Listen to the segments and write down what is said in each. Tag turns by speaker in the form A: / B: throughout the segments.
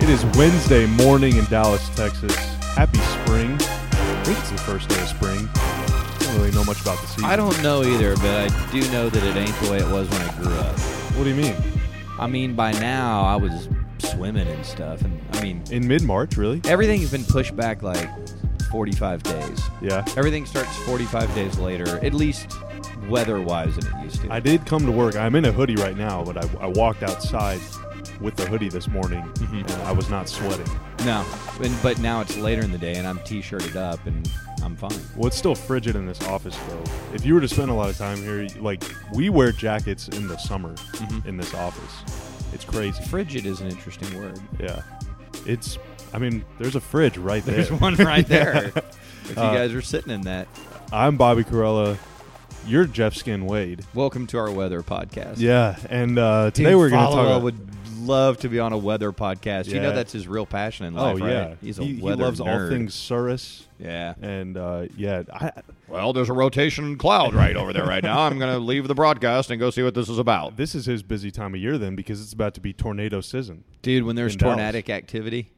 A: It is Wednesday morning in Dallas, Texas. Happy spring. I think it's the first day of spring. I don't really know much about the season.
B: I don't know either, but I do know that it ain't the way it was when I grew up.
A: What do you mean?
B: I mean, by now I was swimming and stuff, and I mean,
A: In mid March, really?
B: everything's been pushed back like 45 days.
A: Yeah.
B: Everything starts 45 days later, at least weather-wise than it used to.
A: I did come to work. I'm in a hoodie right now, but I, I walked outside with the hoodie this morning
B: Mm-hmm.
A: and I was not sweating.
B: no, and, but now it's later in the day, and I'm t-shirted up, and I'm fine.
A: Well, it's still frigid in this office, though. If you were to spend a lot of time here, like, we wear jackets in the summer
B: Mm-hmm.
A: in this office. It's crazy.
B: Frigid is an interesting word.
A: Yeah. It's, I mean, there's a fridge right there. Uh,
B: There's one right there. If you guys are sitting in that,
A: I'm Bobby Corella. You're Jeff Skin Wade.
B: welcome to our weather podcast.
A: Yeah, and uh, today we're going to talk about.
B: would love to be on a weather podcast. You
A: Yeah.
B: know that's his real passion in
A: oh
B: life,
A: yeah,
B: right? He's a
A: he, he
B: weather
A: loves all
B: nerd.
A: things Cirrus,
B: Yeah.
A: and uh, yeah, I,
C: Well, there's a rotation cloud right over there right now. I'm going to leave the broadcast and go see what this is about.
A: this is his busy time of year then because it's about to be tornado season.
B: Dude, when there's
A: In Dallas.
B: tornadic activity,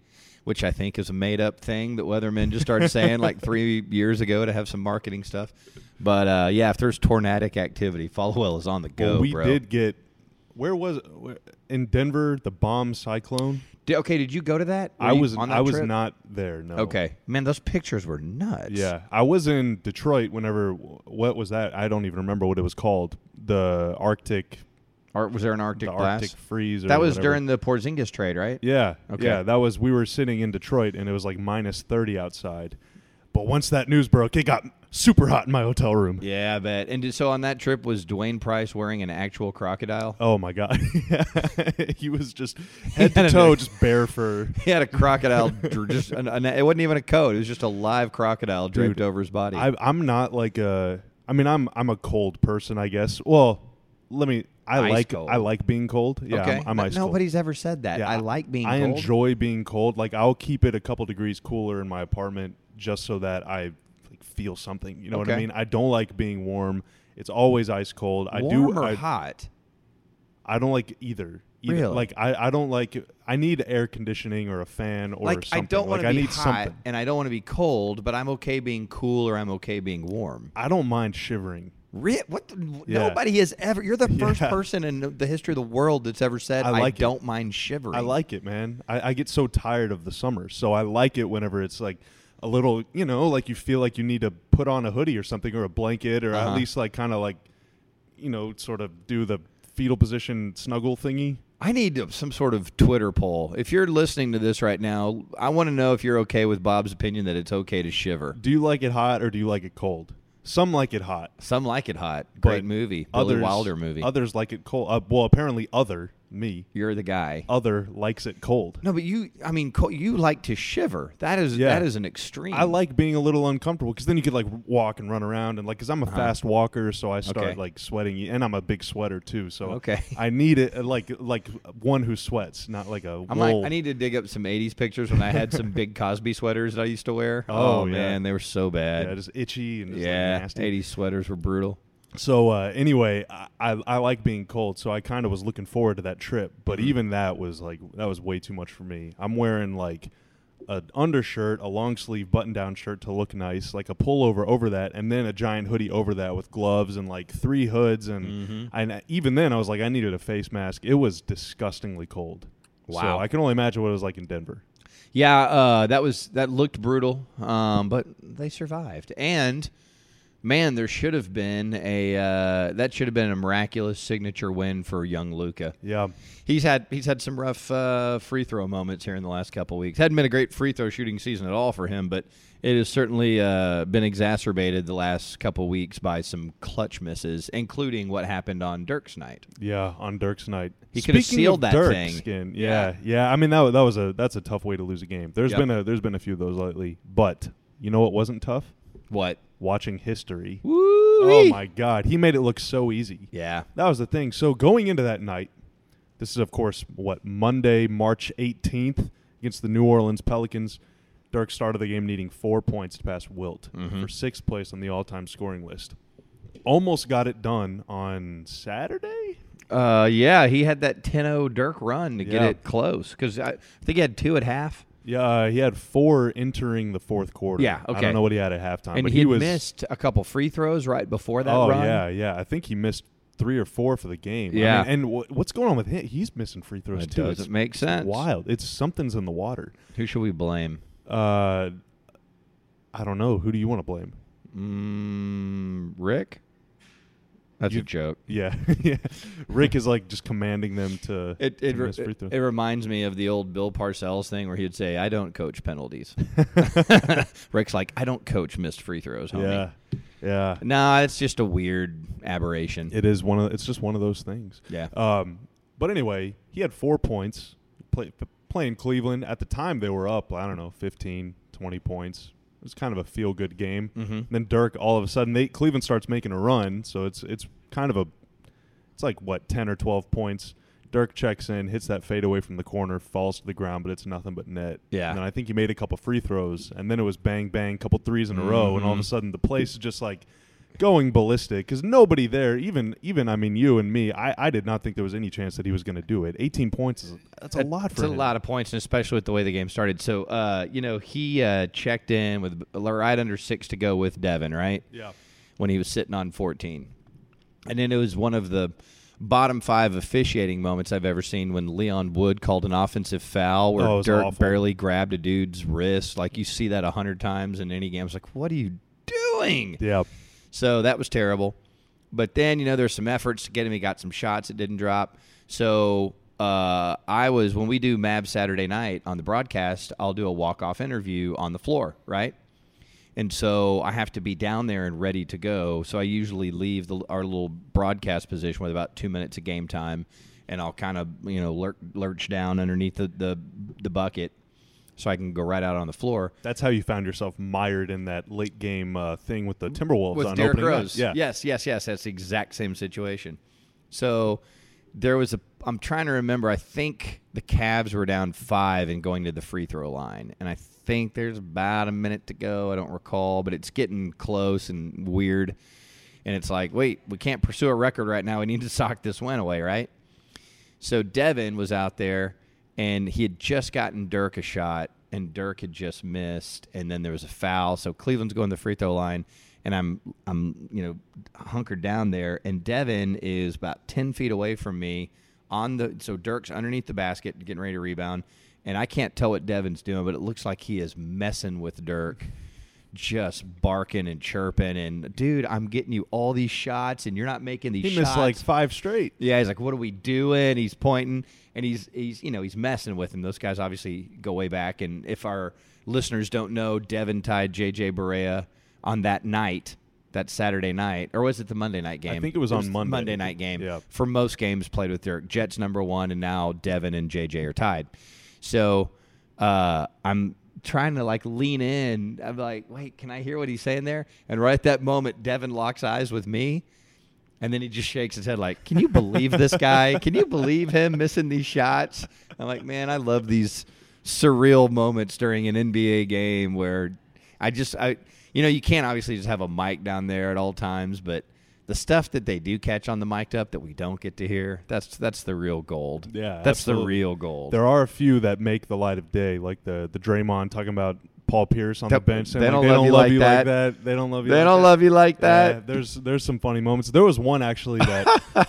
B: which I think is a made up thing that weathermen just started saying like three years ago to have some marketing stuff. But uh, yeah, if there's tornadic activity, Falwell is on the go,
A: Well, we
B: bro.
A: did get where was where- in Denver the bomb cyclone.
B: Di- okay, did you go to that? Were
A: I
B: you
A: was
B: on
A: I
B: that
A: was
B: trip?
A: not there. No.
B: Okay, man, those pictures were nuts.
A: Yeah, I was in Detroit whenever. What was that? I don't even remember what it was called. The Arctic,
B: Or was there an Arctic
A: the
B: blast?
A: Arctic freeze. Or
B: that was
A: whatever.
B: during the Porzingis trade, right?
A: Yeah.
B: Okay.
A: Yeah, that was we were sitting in Detroit and it was like minus 30 outside. But once that news broke, it got super hot in my hotel room.
B: Yeah, I bet. And did- so on that trip, was Dwayne Price wearing an actual crocodile?
A: Oh my god. he was just head
B: had
A: to
B: a-
A: toe just bare fur.
B: He had a crocodile, dr- just an, an, it wasn't even a coat. It was just a live crocodile draped
A: Dude,
B: over his body.
A: I I'm not like a I mean I'm I'm a cold person, I guess. Well, let me I
B: Ice
A: like
B: cold.
A: I like being cold. Yeah,
B: okay,
A: I'm, I'm
B: But
A: ice cold.
B: nobody's ever said that.
A: Yeah,
B: I like being.
A: I
B: cold.
A: enjoy being cold. Like I'll keep it a couple degrees cooler in my apartment just so that I like, feel something. You know what I
B: Okay.
A: mean? I don't like being warm. It's always ice cold. I
B: warm
A: do.
B: or
A: I,
B: hot.
A: I don't like either. either.
B: Really?
A: Like I, I don't like. I need air conditioning or a fan or
B: Like I
A: something.
B: don't
A: like
B: want to
A: I
B: be
A: need
B: hot
A: something.
B: and I don't want to be cold, but I'm okay being cool or I'm okay being warm.
A: I don't mind shivering.
B: Re- what? The,
A: Yeah.
B: Nobody has ever. You're the first
A: Yeah.
B: person in the history of the world that's ever said
A: I
B: I,
A: like it.
B: don't mind shivering.
A: I like it, man. I, I get so tired of the summer, so I like it whenever it's like a little, you know, like you feel like you need to put on a hoodie or something or a blanket or at
B: Uh-huh.
A: least like kind of like, you know, sort of do the fetal position snuggle thingy.
B: I need some sort of Twitter poll. If you're listening to this right now, I want to know if you're okay with Bob's opinion that it's okay to shiver.
A: Do you like it hot or do you like it cold? Some like it hot.
B: Some like it hot. Great
A: but
B: movie.
A: Others,
B: Billy Wilder movie.
A: Others like it cold. Uh, well, apparently, other me,
B: you're the guy.
A: other likes it cold.
B: no, but you. I mean, co- you like to shiver. That is
A: Yeah.
B: that is an extreme.
A: I like being a little uncomfortable because then you could like walk and run around and like because I'm a fast walker, so I start
B: Uh-huh. Okay.
A: like sweating, and I'm a big sweater too. So
B: Okay.
A: I need it uh, like like one who sweats, not like a.
B: I'm
A: wool.
B: like, I need to dig up some '80s pictures when I had some big Cosby sweaters that I used to wear.
A: Oh, yeah.
B: man, they were so
A: yeah,
B: bad.
A: just itchy and just, like,
B: Yeah,
A: nasty.
B: '80s sweaters were brutal.
A: So uh, anyway, I, I I like being cold, so I kind of was looking forward to that trip. But even that was like that was way too much for me. I'm wearing like an undershirt, a long sleeve button down shirt to look nice, like a pullover over that, and then a giant hoodie over that with gloves and like three hoods, and and even then I was like I needed a face mask. It was disgustingly cold. So
B: Wow.
A: I can only imagine what it was like in Denver.
B: Yeah, uh, that was that looked brutal, um, but they survived. And man, there should have been a uh, that should have been a miraculous signature win for young Luca.
A: Yeah.
B: He's had he's had some rough uh, free throw moments here in the last couple weeks. Hadn't been a great free throw shooting season at all for him, but it has certainly uh, been exacerbated the last couple weeks by some clutch misses, including what happened on Dirk's night.
A: Yeah, on Dirk's night.
B: He could have
A: Speaking
B: sealed
A: of
B: that
A: Dirk
B: thing.
A: Skin, yeah, yeah, I mean that wa- that was a that's a tough way to lose a game. There's
B: Yep.
A: been a there's been a few of those lately, but you know what wasn't tough?
B: What?
A: Watching history. Oh
B: Woo!
A: my God, he made it look so easy.
B: Yeah.
A: That was the thing. So going into that night, this is of course what Monday, March 18th against the New Orleans Pelicans. Dirk started the game needing four points to pass Wilt
B: Mm-hmm.
A: for sixth place on the all-time scoring list. Almost got it done on Saturday.
B: Uh, yeah, he had that 10-0 Dirk run to get
A: Yeah.
B: it close because I think he had two at half,
A: Yeah, uh, he had four entering the fourth quarter.
B: Yeah,
A: I
B: okay.
A: don't know what he had at halftime,
B: and
A: Uh, but
B: he,
A: he
B: had
A: was
B: missed a couple free throws right before that
A: oh
B: run.
A: yeah, yeah. I think he missed three or four for the game. I
B: Yeah.
A: mean, and wh- what's going on with him? He's missing free throws
B: That
A: too.
B: doesn't
A: It's
B: make sense.
A: Wild. It's something's in the water.
B: Who should we blame?
A: Uh, I don't know. Who do you want to blame?
B: Mm, Rick. That's a joke.
A: Yeah, yeah. Rick is like just commanding them to,
B: It
A: to
B: it, re-
A: miss free throws.
B: it reminds me of the old Bill Parcells thing where he'd say, "I don't coach penalties." Rick's like, "I don't coach missed free throws." Homie.
A: yeah, yeah.
B: Nah, it's just a weird aberration.
A: It is one of. It's just one of those things.
B: Yeah.
A: Um, but anyway, he had four points play, p- playing Cleveland. At the time, they were up, I don't know, 15, 20 points. It was kind of a feel good game.
B: Mhm.
A: Then Dirk, all of a sudden, they Cleveland starts making a run. So it's it's kind of a, it's like what ten or twelve points. Dirk checks in, hits that fadeaway from the corner, falls to the ground, but it's nothing but net.
B: Yeah.
A: And then I think he made a couple free throws, and then it was bang bang, couple threes in a row, and all of a
B: Mhm.
A: sudden the place is just like going ballistic because nobody there, even even I mean you and me, I, I did not think there was any chance that he was going to do it. 18 points is that's a
B: That-
A: lot for
B: it's
A: him.
B: a lot of points, and especially with the way the game started. So, uh, you know, he uh, checked in with right under six to go with Devin, right?
A: yeah.
B: when he was sitting on 14. And then it was one of the bottom five officiating moments I've ever seen when Leon Wood called an offensive foul where
A: Oh, it was
B: Dirk
A: awful.
B: barely grabbed a dude's wrist. Like you see that a hundred times in any game. It's like, what are you doing?
A: Yeah.
B: So that was terrible. But then, you know, there's some efforts to get him. He got some shots. It didn't drop. So uh, I was, when we do Mab Saturday night on the broadcast, I'll do a walk off interview on the floor, right? And so I have to be down there and ready to go. So I usually leave the, our little broadcast position with about two minutes of game time, and I'll kind of you know lurch, lurch down underneath the, the the bucket, so I can go right out on the floor.
A: That's how you found yourself mired in that late game uh, thing with the Timberwolves
B: with
A: on
B: Derrick
A: opening night.
B: Rose.
A: Yeah.
B: Yes, yes, yes. That's the exact same situation. So there was a. I'm trying to remember. I think the Cavs were down five and going to the free throw line, and I think there's about a minute to go. I don't recall, but it's getting close and weird. And it's like, wait, we can't pursue a record right now. We need to sock this win away, right? So Devin was out there, and he had just gotten Dirk a shot, and Dirk had just missed, and then there was a foul. So Cleveland's going to the free throw line, and I'm I'm you know hunkered down there, and Devin is about ten feet away from me on the so Dirk's underneath the basket getting ready to rebound, and I can't tell what Devin's doing, but it looks like he is messing with Dirk just barking and chirping and dude, I'm getting you all these shots and you're not making these
A: He missed
B: shots.
A: like five straight.
B: Yeah, he's like, "What are we doing?" He's pointing, and he's he's you know he's messing with him. Those guys obviously go way back, and if our listeners don't know, Devin tied JJ Barea on that night, that Saturday night, or was it the Monday night game?
A: think it was on
B: the
A: Monday.
B: Monday night game.
A: Yeah.
B: For most games played with Dirk, Jets number one, and now Devin and JJ are tied. So uh, I'm trying to like lean in. I'm like, wait, can I hear what he's saying there? And right at that moment, Devin locks eyes with me. And then he just shakes his head like, "Can you believe this guy? Can you believe him missing these shots?" I'm like, "Man, I love these surreal moments during an NBA game where I just I you know, you can't obviously just have a mic down there at all times, but the stuff that they do catch on the mic up that we don't get to hear, that's that's the real gold.
A: Yeah,
B: That's the
A: absolutely.
B: real gold.
A: There are a few that make the light of day, like the the Draymond talking about Paul Pierce on
B: That-
A: the bench. saying,
B: they
A: like,
B: don't
A: they
B: love
A: don't
B: you
A: love
B: like
A: you
B: that.
A: like that. They don't love you.
B: they
A: like
B: don't
A: that."
B: love you like that.
A: Yeah, there's there's some funny moments. There was one actually that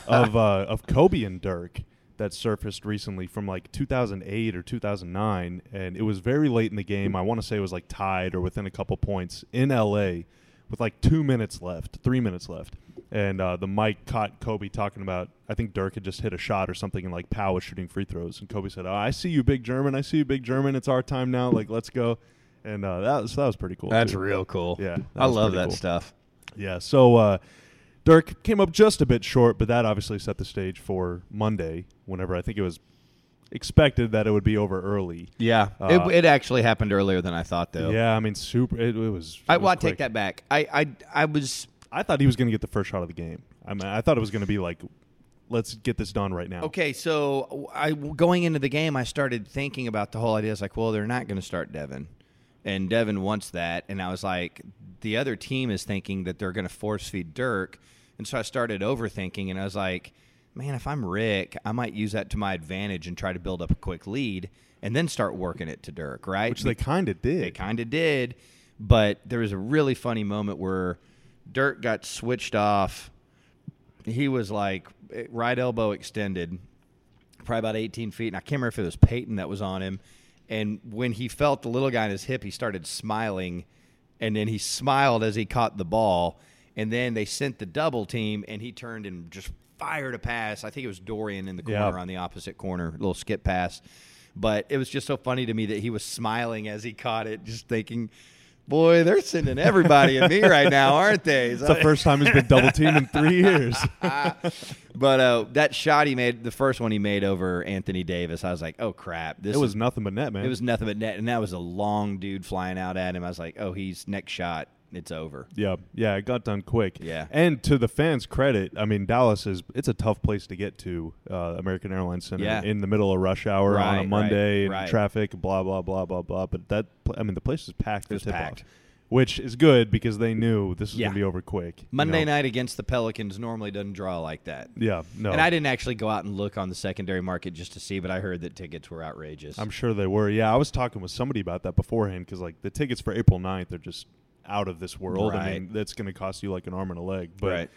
A: of uh, of Kobe and Dirk that surfaced recently from like 2008 or 2009, and it was very late in the game. I want to say it was like tied or within a couple points in L.A. with like two minutes left, three minutes left, and uh, the mic caught Kobe talking about I think Dirk had just hit a shot or something, and like Powell was shooting free throws, and Kobe said, oh, "I see you, big German. I see you, big German. It's our time now. Like let's go." And uh, that was that was pretty cool.
B: That's
A: too.
B: real cool.
A: Yeah, that
B: I
A: was
B: love
A: pretty
B: that
A: cool.
B: stuff.
A: Yeah. So uh, Dirk came up just a bit short, but that obviously set the stage for Monday, whenever I think it was expected that it would be over early.
B: Yeah.
A: Uh,
B: it, it actually happened earlier than I thought though.
A: Yeah, I mean, super. It, it was.
B: I,
A: it was
B: well, I take
A: quick.
B: that back. I, I I was
A: I thought he was going to get the first shot of the game. I mean, I thought it was going to be like, let's get this done right now.
B: Okay, so I going into the game, I started thinking about the whole idea. It's like, well, they're not going to start Devin, and Devin wants that, and I was like, the other team is thinking that they're going to force feed Dirk, and so I started overthinking, and I was like, man, if I'm Rick, I might use that to my advantage and try to build up a quick lead and then start working it to Dirk, right?
A: which they kind of did.
B: They kind of did, but there was a really funny moment where Dirk got switched off. He was like eh, right elbow extended, probably about 18 feet, and I can't remember if it was Peyton that was on him. And when he felt the little guy in his hip, he started smiling, and then he smiled as he caught the ball. And then they sent the double team, and he turned and just fired a pass. I think it was Dorian in the corner
A: Yeah.
B: on the opposite corner, little skip pass. But it was just so funny to me that he was smiling as he caught it, just thinking, "Boy, they're sending everybody at me right now, aren't they?"
A: It's the first time he's been double teamed in three years.
B: but uh, that shot he made, the first one he made over Anthony Davis, I was like, "Oh crap!"
A: it
B: This is-
A: was nothing but net, man.
B: It was nothing but net, and that was a long dude flying out at him. I was like, "Oh, he's next shot, it's over."
A: Yeah, yeah, it got done quick.
B: Yeah.
A: and to the fans' credit, I mean, Dallas is it's a tough place to get to. Uh, American Airlines Center
B: Yeah.
A: in the middle of rush hour
B: Right,
A: on a
B: right,
A: Monday and
B: right.
A: traffic, blah blah blah blah blah. But that, pl- I mean, the place is packed. for
B: was
A: tip-off,
B: packed.
A: which is good because they knew this was
B: Yeah.
A: gonna be over quick. you
B: Monday
A: know?
B: night against the Pelicans normally doesn't draw like that.
A: Yeah, no,
B: And I didn't actually go out and look on the secondary market just to see, but I heard that tickets were outrageous.
A: I'm sure they were. Yeah, I was talking with somebody about that beforehand because like the tickets for April 9th are just out of this world. I
B: Right.
A: mean, that's going to cost you like an arm and a leg. But
B: Right.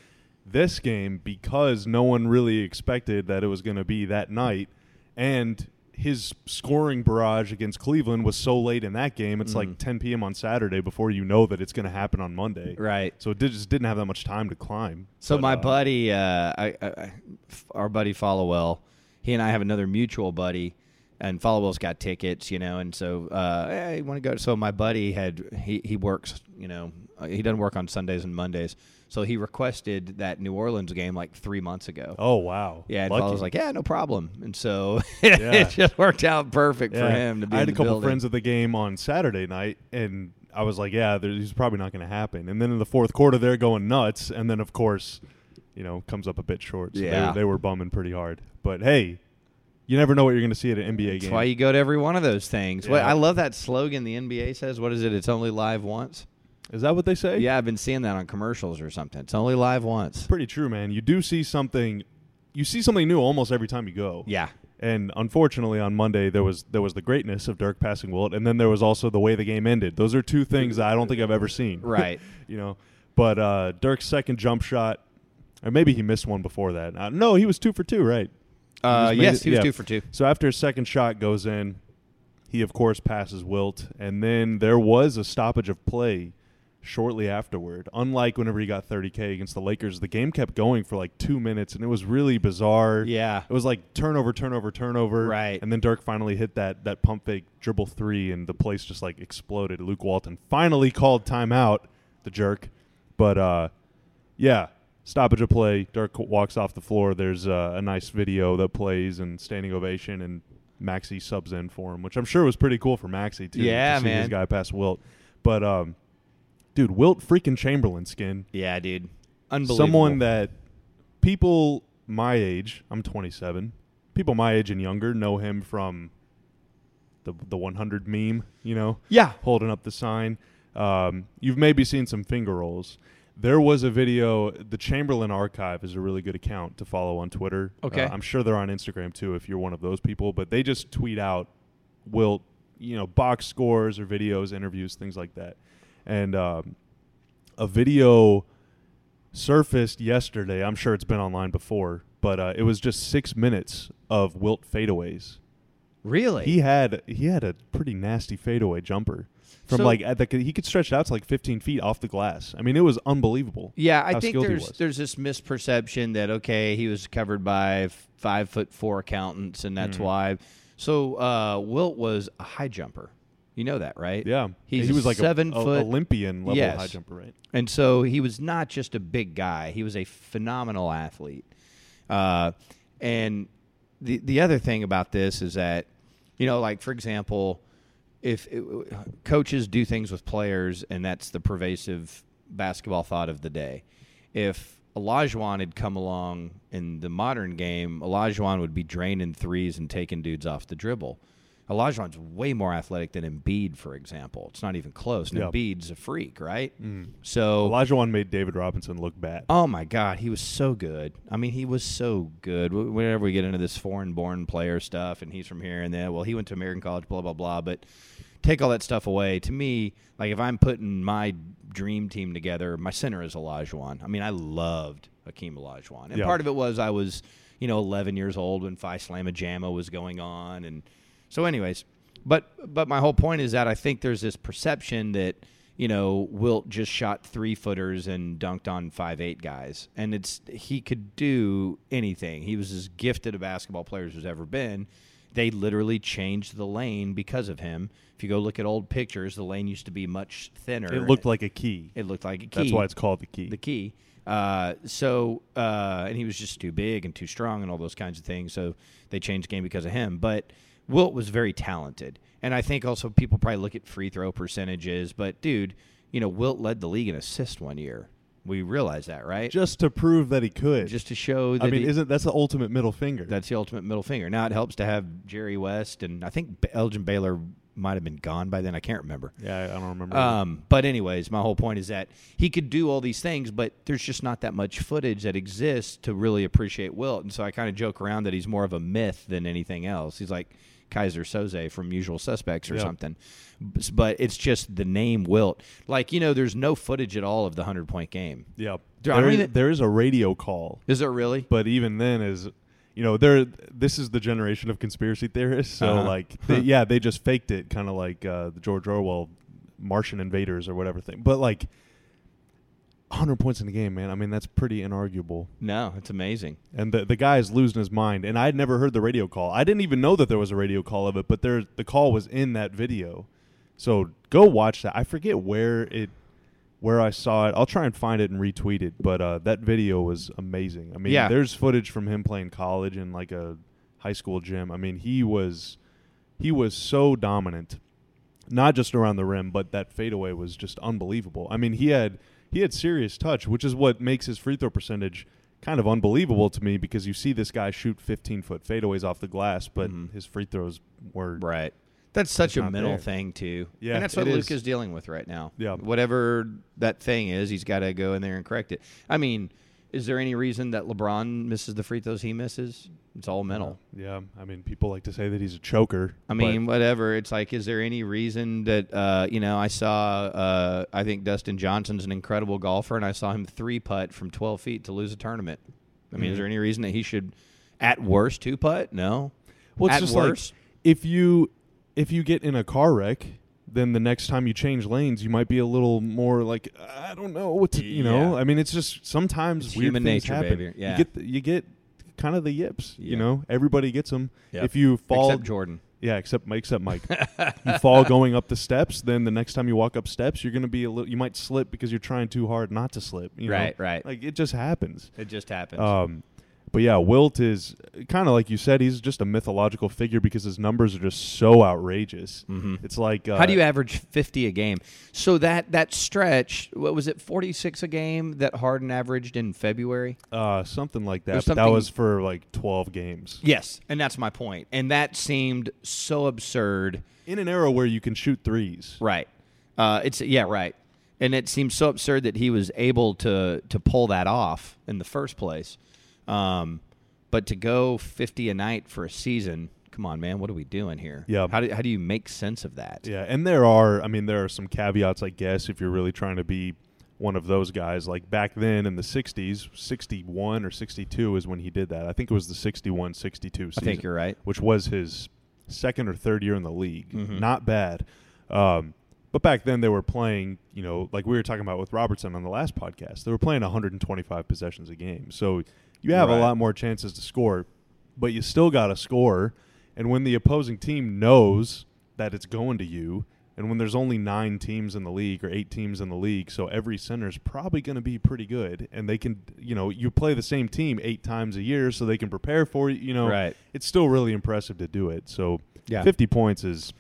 A: this game, because no one really expected that it was going to be that night, and his scoring barrage against Cleveland was so late in that game. It's
B: Mm-hmm.
A: like 10 p.m. on Saturday before you know that it's going to happen on Monday.
B: Right.
A: So it did, just didn't have that much time to climb.
B: So
A: But,
B: my
A: uh,
B: buddy, uh, I, I- I- f- our buddy Followell, he and I have another mutual buddy, and Followell's got tickets, you know, and so uh, hey, want to go. So my buddy had he he works, you know, uh, he doesn't work on Sundays and Mondays, so he requested that New Orleans game like three months ago.
A: Oh wow.
B: Yeah, and
A: Lucky.
B: I was like, yeah, no problem. And so
A: Yeah.
B: it just worked out perfect for
A: Yeah.
B: him to be
A: I had
B: in
A: a
B: the
A: couple
B: building.
A: friends at the game on Saturday night, and I was like, "Yeah, there's he's probably not going to happen." And then in the fourth quarter, they're going nuts, and then of course, you know, comes up a bit short. So
B: Yeah.
A: they, they were bumming pretty hard. But hey, you never know what you're going to see at an NBA
B: That's
A: game.
B: why you go to every one of those things. What
A: Yeah.
B: I love that slogan the NBA says. What is it? It's only live once.
A: Is that what they say?
B: Yeah, I've been seeing that on commercials or something. It's only live once.
A: pretty true, man. You do see something, you see something new almost every time you go.
B: Yeah.
A: And unfortunately, on Monday there was there was the greatness of Dirk passing Wilt, and then there was also the way the game ended. Those are two things that I don't think I've ever seen.
B: Right.
A: you know, but uh, Dirk's second jump shot, or maybe he missed one before that. Uh, no, he was two for two, right?
B: Uh,
A: He just made
B: yes,
A: it-
B: he was
A: yeah.
B: two for two.
A: So after his second shot goes in, he of course passes Wilt, and then there was a stoppage of play shortly afterward. Unlike whenever he got 30k against the Lakers, the game kept going for like two minutes, and it was really bizarre.
B: Yeah.
A: it was like turnover, turnover, turnover.
B: Right.
A: and then Dirk finally hit that that pump fake dribble three, and the place just like exploded. Luke Walton finally called timeout. The jerk, but uh, yeah. Stoppage of play. Dirk walks off the floor. There's uh, a nice video that plays and standing ovation, and Maxi subs in for him, which I'm sure was pretty cool for Maxi too.
B: Yeah,
A: to See
B: man.
A: this guy pass Wilt, but um, dude, Wilt freaking Chamberlain skin.
B: Yeah, dude. Unbelievable.
A: Someone that people my age, I'm 27. People my age and younger know him from the the 100 meme. You know
B: Yeah.
A: holding up the sign. Um, you've maybe seen some finger rolls. There was a video. The Chamberlain Archive is a really good account to follow on Twitter.
B: Okay.
A: Uh, I'm sure they're on Instagram too if you're one of those people. But they just tweet out Wilt, you know, box scores or videos, interviews, things like that. And um, a video surfaced yesterday. I'm sure it's been online before, but uh, it was just six minutes of Wilt fadeaways.
B: Really?
A: He had he had a pretty nasty fadeaway jumper from
B: So-
A: like at the he could stretch it out to like 15 feet off the glass. I mean, it was unbelievable.
B: yeah, I
A: how
B: think
A: skilled he
B: there's
A: was.
B: there's this misperception that okay, he was covered by f- five foot four accountants, and
A: Hmm.
B: that's why. So uh, Wilt was a high jumper. You know that, right?
A: yeah,
B: He's
A: he was
B: a
A: like a-
B: seven
A: a,
B: foot
A: Olympian level
B: Yes.
A: high jumper, right?
B: And so he was not just a big guy; he was a phenomenal athlete. Uh, and the the other thing about this is that, you know, like for example, if it, coaches do things with players, and that's the pervasive basketball thought of the day. If Olajuwon had come along in the modern game, Olajuwon would be draining threes and taking dudes off the dribble. Olajuwon's way more athletic than Embiid, for example. It's not even close. And
A: Yeah.
B: Embiid's a freak, right? So
A: Olajuwon made David Robinson look bad.
B: Oh my God, he was so good. I mean, he was so good. Wh- Whenever we get into this foreign-born player stuff, and he's from here and there, well, he went to American college, blah blah blah. But take all that stuff away. To me, like if I'm putting my dream team together, my center is Olajuwon. I mean, I loved Hakeem Olajuwon, and
A: Yeah.
B: part of it was I was, you know, 11 years old when Phi Slamma Jamma was going on, and so, anyways. But but my whole point is that I think there's this perception that you know Wilt just shot three footers and dunked on five eight guys, and it's he could do anything. He was as gifted a basketball player as has ever been. They literally changed the lane because of him. If you go look at old pictures, the lane used to be much thinner.
A: It looked like a key.
B: it looked like a key.
A: That's why it's called the key.
B: the key. Uh, so uh, and he was just too big and too strong and all those kinds of things. So they changed the game because of him. But Wilt was very talented, and I think also people probably look at free throw percentages. But dude, you know Wilt led the league in assists one year. We realize that, right?
A: just to prove that he could.
B: Just to show that
A: I mean,
B: he-
A: isn't that's the ultimate middle finger?
B: that's the ultimate middle finger. Now it helps to have Jerry West, and I think B- Elgin Baylor might have been gone by then. I can't remember.
A: yeah, I- I don't remember.
B: Um, but anyways, my whole point is that he could do all these things, but there's just not that much footage that exists to really appreciate Wilt. And so I kind of joke around that he's more of a myth than anything else. He's like Kaiser Soze from Usual Suspects or
A: Yeah.
B: something. B- But it's just the name Wilt. Like you know, there's no footage at all of the hundred point game.
A: yeah,
B: Dude, I
A: There
B: mean
A: is-
B: it-
A: there is a radio call
B: Is there really?
A: but even then is you know there this is the generation of conspiracy theorists so
B: Uh-huh.
A: like they, yeah they just faked it kind of like uh, the george orwell martian invaders or whatever thing but like 100 points in the game man i mean that's pretty inarguable
B: No, it's amazing.
A: and the, the guy is losing his mind and i'd never heard the radio call i didn't even know that there was a radio call of it but there the call was in that video so go watch that i forget where it where i saw it i'll try and find it and retweet it but uh, that video was amazing i mean
B: Yeah.
A: there's footage from him playing college in like a high school gym i mean he was he was so dominant not just around the rim, but that fadeaway was just unbelievable. I mean, he had he had serious touch, which is what makes his free throw percentage kind of unbelievable to me because you see this guy shoot 15 foot fadeaways off the glass, but
B: Mm-hmm.
A: his free throws were
B: Right. That's such
A: It's
B: a
A: not
B: mental
A: there.
B: thing too.
A: Yeah,
B: and that's what
A: it
B: Luke
A: is.
B: is dealing with right now.
A: Yeah.
B: Whatever that thing is, he's got to go in there and correct it. I mean, is there any reason that LeBron misses the free throws he misses? It's all mental.
A: Yeah, I mean, people like to say that he's a choker.
B: I mean, whatever. It's like, is there any reason that uh, you know? I saw. Uh, I think Dustin Johnson's an incredible golfer, and I saw him three putt from twelve feet to lose a tournament. I
A: Mm-hmm.
B: mean, is there any reason that he should, at worst, two putt? No.
A: Well, it's
B: at
A: just
B: worst,
A: like if you if you get in a car wreck, then the next time you change lanes, you might be a little more like I don't know what to, you know.
B: Yeah.
A: I mean, it's just sometimes
B: It's
A: weird
B: human
A: things
B: nature,
A: happen.
B: baby. Yeah.
A: You get the, you get kind of the yips,
B: Yeah.
A: you know. Everybody gets them.
B: Yep.
A: If you fall,
B: except Jordan.
A: yeah, except except Mike, you fall going up the steps. Then the next time you walk up steps, you're gonna be a little. You might slip because you're trying too hard not to slip. You know?
B: Right, right.
A: Like it just happens.
B: It just happens.
A: Um, but yeah, Wilt is kind of like you said. He's just a mythological figure because his numbers are just so outrageous. It's like uh,
B: Mm-hmm. How do you average 50 a game? So that that stretch, what was it 46 a game that Harden averaged in February?
A: uh, something like that.
B: There's
A: But that
B: something-
A: was for like twelve games
B: Yes, and that's my point. And that seemed so absurd.
A: in an era where you can shoot threes.
B: Right. Uh, it's yeah, right. And it seems so absurd that he was able to to pull that off in the first place. Um, but to go 50 a night for a season, come on, man, what are we doing here?
A: Yeah.
B: How do, how do you make sense of that?
A: Yeah, and there are. I mean, there are some caveats, I guess, if you're really trying to be one of those guys. Like back then in the '60s, '61 or '62 is when he did that. I think it was the '61, '62
B: I
A: season.
B: think you're right. Mm-hmm.
A: which was his second or third year in the league. Not bad. Um, but back then they were playing, you know, like we were talking about with Robertson on the last podcast, they were playing 125 possessions a game. So you have
B: Right.
A: a lot more chances to score, but you still got to score. And when the opposing team knows that it's going to you, and when there's only nine teams in the league or eight teams in the league, so every center's probably going to be pretty good. And they can, you know, you play the same team eight times a year, so they can prepare for you, you know,
B: Right.
A: it's still really impressive to do it. So
B: Yeah.
A: 50 points is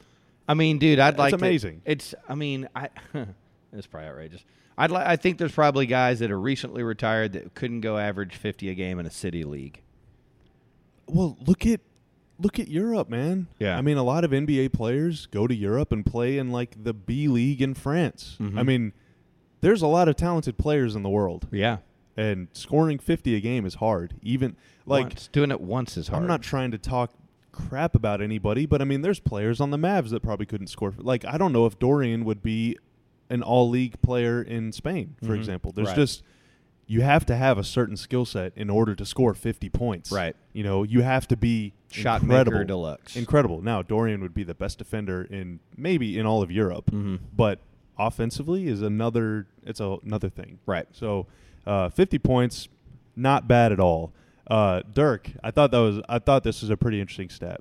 B: I mean, dude, I'd
A: That's
B: like. to-
A: amazing.
B: it's. I mean, I. it's probably outrageous. I'd like. I think there's probably guys that are recently retired that couldn't go average 50 a game in a city league.
A: well. Look at look at Europe, man.
C: Yeah.
A: I mean, a lot of NBA players go to Europe and play in like the B League in France. I mean, there's a lot of talented players in the world,
B: Mm-hmm. Yeah.
A: and scoring 50 a game is hard. Even like
B: Once. doing it once is hard.
A: I'm not trying to talk crap about anybody, but I mean, there's players on the Mavs that probably couldn't score. Like, I don't know if Dorian would be an all league player in Spain, for example. There's
B: Mm-hmm. Right.
A: just, you have to have a certain skill set in order to score 50 points.
B: Right.
A: You know, you have to be
B: Shot maker
A: incredible.
B: deluxe.
A: Incredible. Now, Dorian would be the best defender in maybe in all of Europe,
B: Mhm.
A: but offensively is another, it's a, another thing.
B: Right.
A: So, uh, 50 points, not bad at all. Uh, Dirk, I thought that was I thought this was a pretty interesting stat.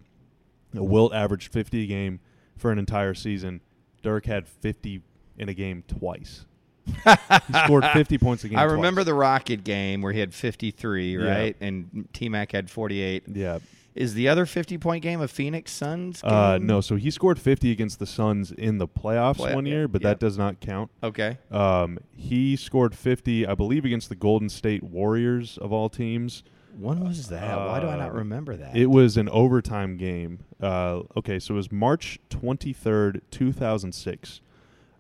A: You know, Wilt averaged 50 a game for an entire season. Dirk had 50 in a game twice. he scored 50 points a game.
B: I remember
A: twice.
B: the Rocket game where he had 53,
A: Yeah.
B: right? And T Mac had 48.
A: yeah.
B: Is the other 50 point game a Phoenix Suns? Game?
A: Uh, no, so he scored 50 against the Suns in the playoffs
B: Play-
A: one
B: yeah,
A: year, but
B: yeah.
A: that does not count.
B: Okay.
A: Um, he scored 50, I believe, against the Golden State Warriors of all teams.
B: When was that? Why do I not
A: Uh,
B: remember that?
A: It was an overtime game. Uh, okay, so it was March 23rd, 2006.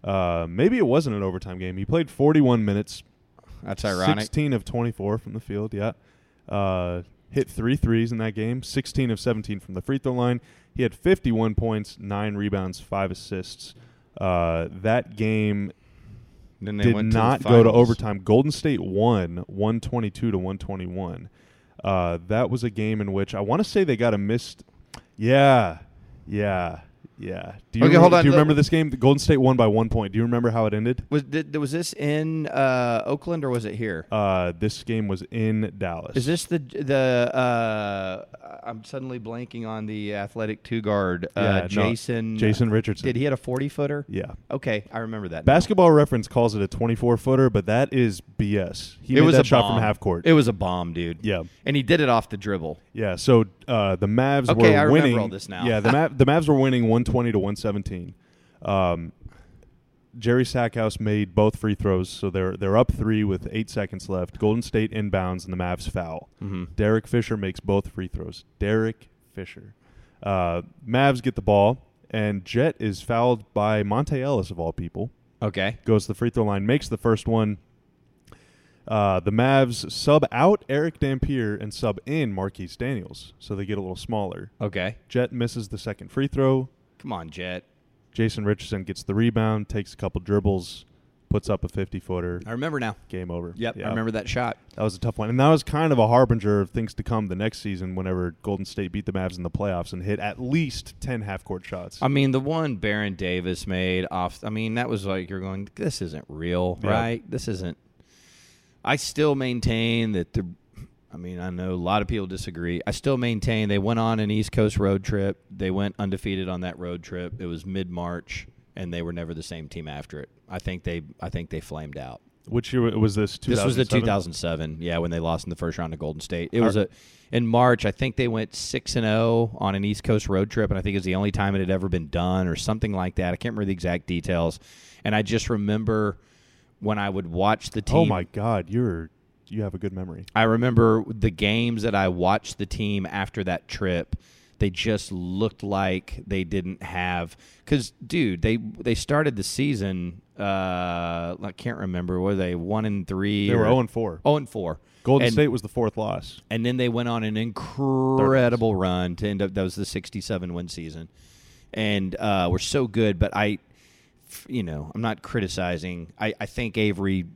A: Uh, maybe it wasn't an overtime game. He played 41 minutes,
B: That's ironic.
A: 16 of 24 from the field, yeah. Uh, hit three threes in that game, 16 of 17 from the free throw line. He had 51 points, nine rebounds, five assists. Uh, that game
B: Then they
A: did
B: went to the
A: not go to
B: finals.
A: overtime. Golden State won 122 to 121. Uh, that was a game in which I want to say they got a missed. Yeah, yeah, yeah. Do you
B: Okay,
A: remember,
B: hold on.
A: Do you
B: Let-
A: remember this game? The Golden State won by one point. Do you remember how it ended?
B: Was did, was this in uh, Oakland or was it here?
A: Uh, this game was in Dallas.
B: Is this the the? Uh, I'm suddenly blanking on the athletic two guard, uh,
A: Yeah, no,
B: Jason
A: Jason Richardson?
B: Did he hit a 40 footer?
A: Yeah.
B: Okay, I remember that. now.
A: Basketball Reference calls it a 24 footer, but that is BS. He made
B: it was
A: that
B: a
A: shot
B: bomb.
A: from half court.
B: It was a bomb, dude.
A: Yeah.
B: and he did it off the dribble.
A: Yeah, so uh, the Mavs
B: Okay,
A: were
B: I remember
A: winning.
B: all this now.
A: yeah, the, Ma- the Mavs were winning 120 to 117. Um, Jerry Sackhouse made both free throws, so they're they're up three with eight seconds left. Golden State inbounds and the Mavs foul.
B: Mm-hmm.
A: Derek Fisher makes both free throws. Derek Fisher. Uh, Mavs get the ball, and Jet is fouled by Monte Ellis of all people
B: Okay,
A: goes to the free throw line, makes the first one. Uh, the Mavs sub out Eric Dampier and sub in Marquise Daniels, so they get a little smaller.
B: okay.
A: Jet misses the second free throw.
B: Come on, Jet.
A: Jason Richardson gets the rebound, takes a couple dribbles, puts up a 50 footer.
B: I remember now.
A: Game over.
B: Yep,
A: Yeah.
B: I remember that shot.
A: That was a tough one. And that was kind of a harbinger of things to come the next season whenever Golden State beat the Mavs in the playoffs and hit at least 10 half court shots.
B: I mean, the one Baron Davis made off. I mean, that was like you're going. This isn't real,
A: Yeah.
B: right? This isn't. I still maintain that the. I mean, I know a lot of people disagree. I still maintain they went on an East Coast road trip. They went undefeated on that road trip. It was mid March, and they were never the same team after it. I think they. I think they flamed out.
A: Which year was this?
B: This was the
A: 2007?
B: 2007, yeah, when they lost in the first round to Golden State. It was a in March. I think they went six and zero on an East Coast road trip, and I think it was the only time it had ever been done or something like that. I can't remember the exact details, and I just remember when I would watch the team.
A: Oh my God, you're you have a good memory.
B: I remember the games that I watched the team after that trip. They just looked like they didn't have because, dude, they they started the season. Uh, I can't remember were they one and three.
A: They were
B: or-
A: 0 and 4.
B: zero and four.
A: Golden
B: Oh, and,
A: State was the fourth loss.
B: and then they went on an incredible run to end up. That was the sixty-seven win season, and uh, were so good. But I, f- you know, I'm not criticizing. I, I think Avery d-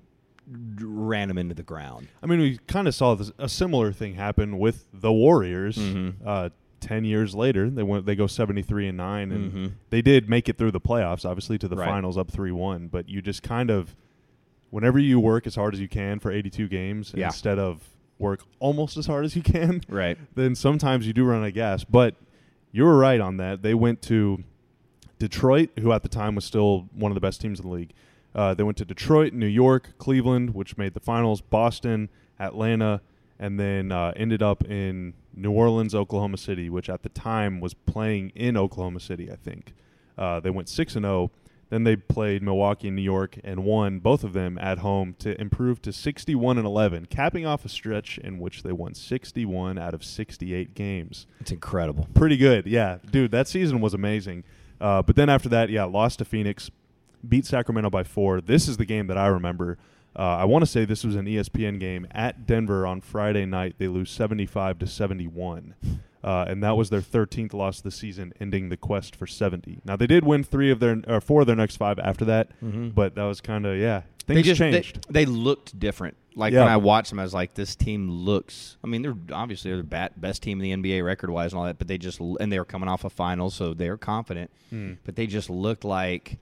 B: ran him into the ground.
A: I mean, we kind of saw this, a similar thing happen with the Warriors.
B: Mm-hmm.
A: Uh, Ten years later, they went. They go seventy three and nine, and they did make it through the playoffs, obviously to the
B: Mm-hmm. Right.
A: finals, up three one. But you just kind of, whenever you work as hard as you can for eighty two games,
B: Yeah.
A: instead of work almost as hard as you can,
B: Right.
A: then sometimes you do run out of gas. But you were right on that. They went to Detroit, who at the time was still one of the best teams in the league. Uh, they went to Detroit, New York, Cleveland, which made the finals, Boston, Atlanta, and then uh, ended up in New Orleans, Oklahoma City, which at the time was playing in Oklahoma City, I think. Uh, they went 6 and 0. Then they played Milwaukee and New York and won both of them at home to improve to 61 and 11, capping off a stretch in which they won 61 out of 68 games.
B: It's incredible.
A: Pretty good, yeah, dude. That season was amazing. Uh, but then after that, yeah, lost to Phoenix, beat Sacramento by four. This is the game that I remember. Uh, I want to say this was an E ESPN game at Denver on Friday night. They lose seventy-five to seventy-one, uh, and that was their thirteenth loss of the season, ending the quest for seventy. Now they did win three of their or four of their next five after that, but that was kind of yeah, things
B: Mm-hmm. they just, they-
A: changed.
B: They, looked different. Like
A: Yeah.
B: when I watched them, I was like, "This team looks." I mean, they're obviously they're the bat, best team in the NBA record wise and all that, but they just l- and they were coming off a final, so they were confident.
A: Hmm.
B: But they just looked like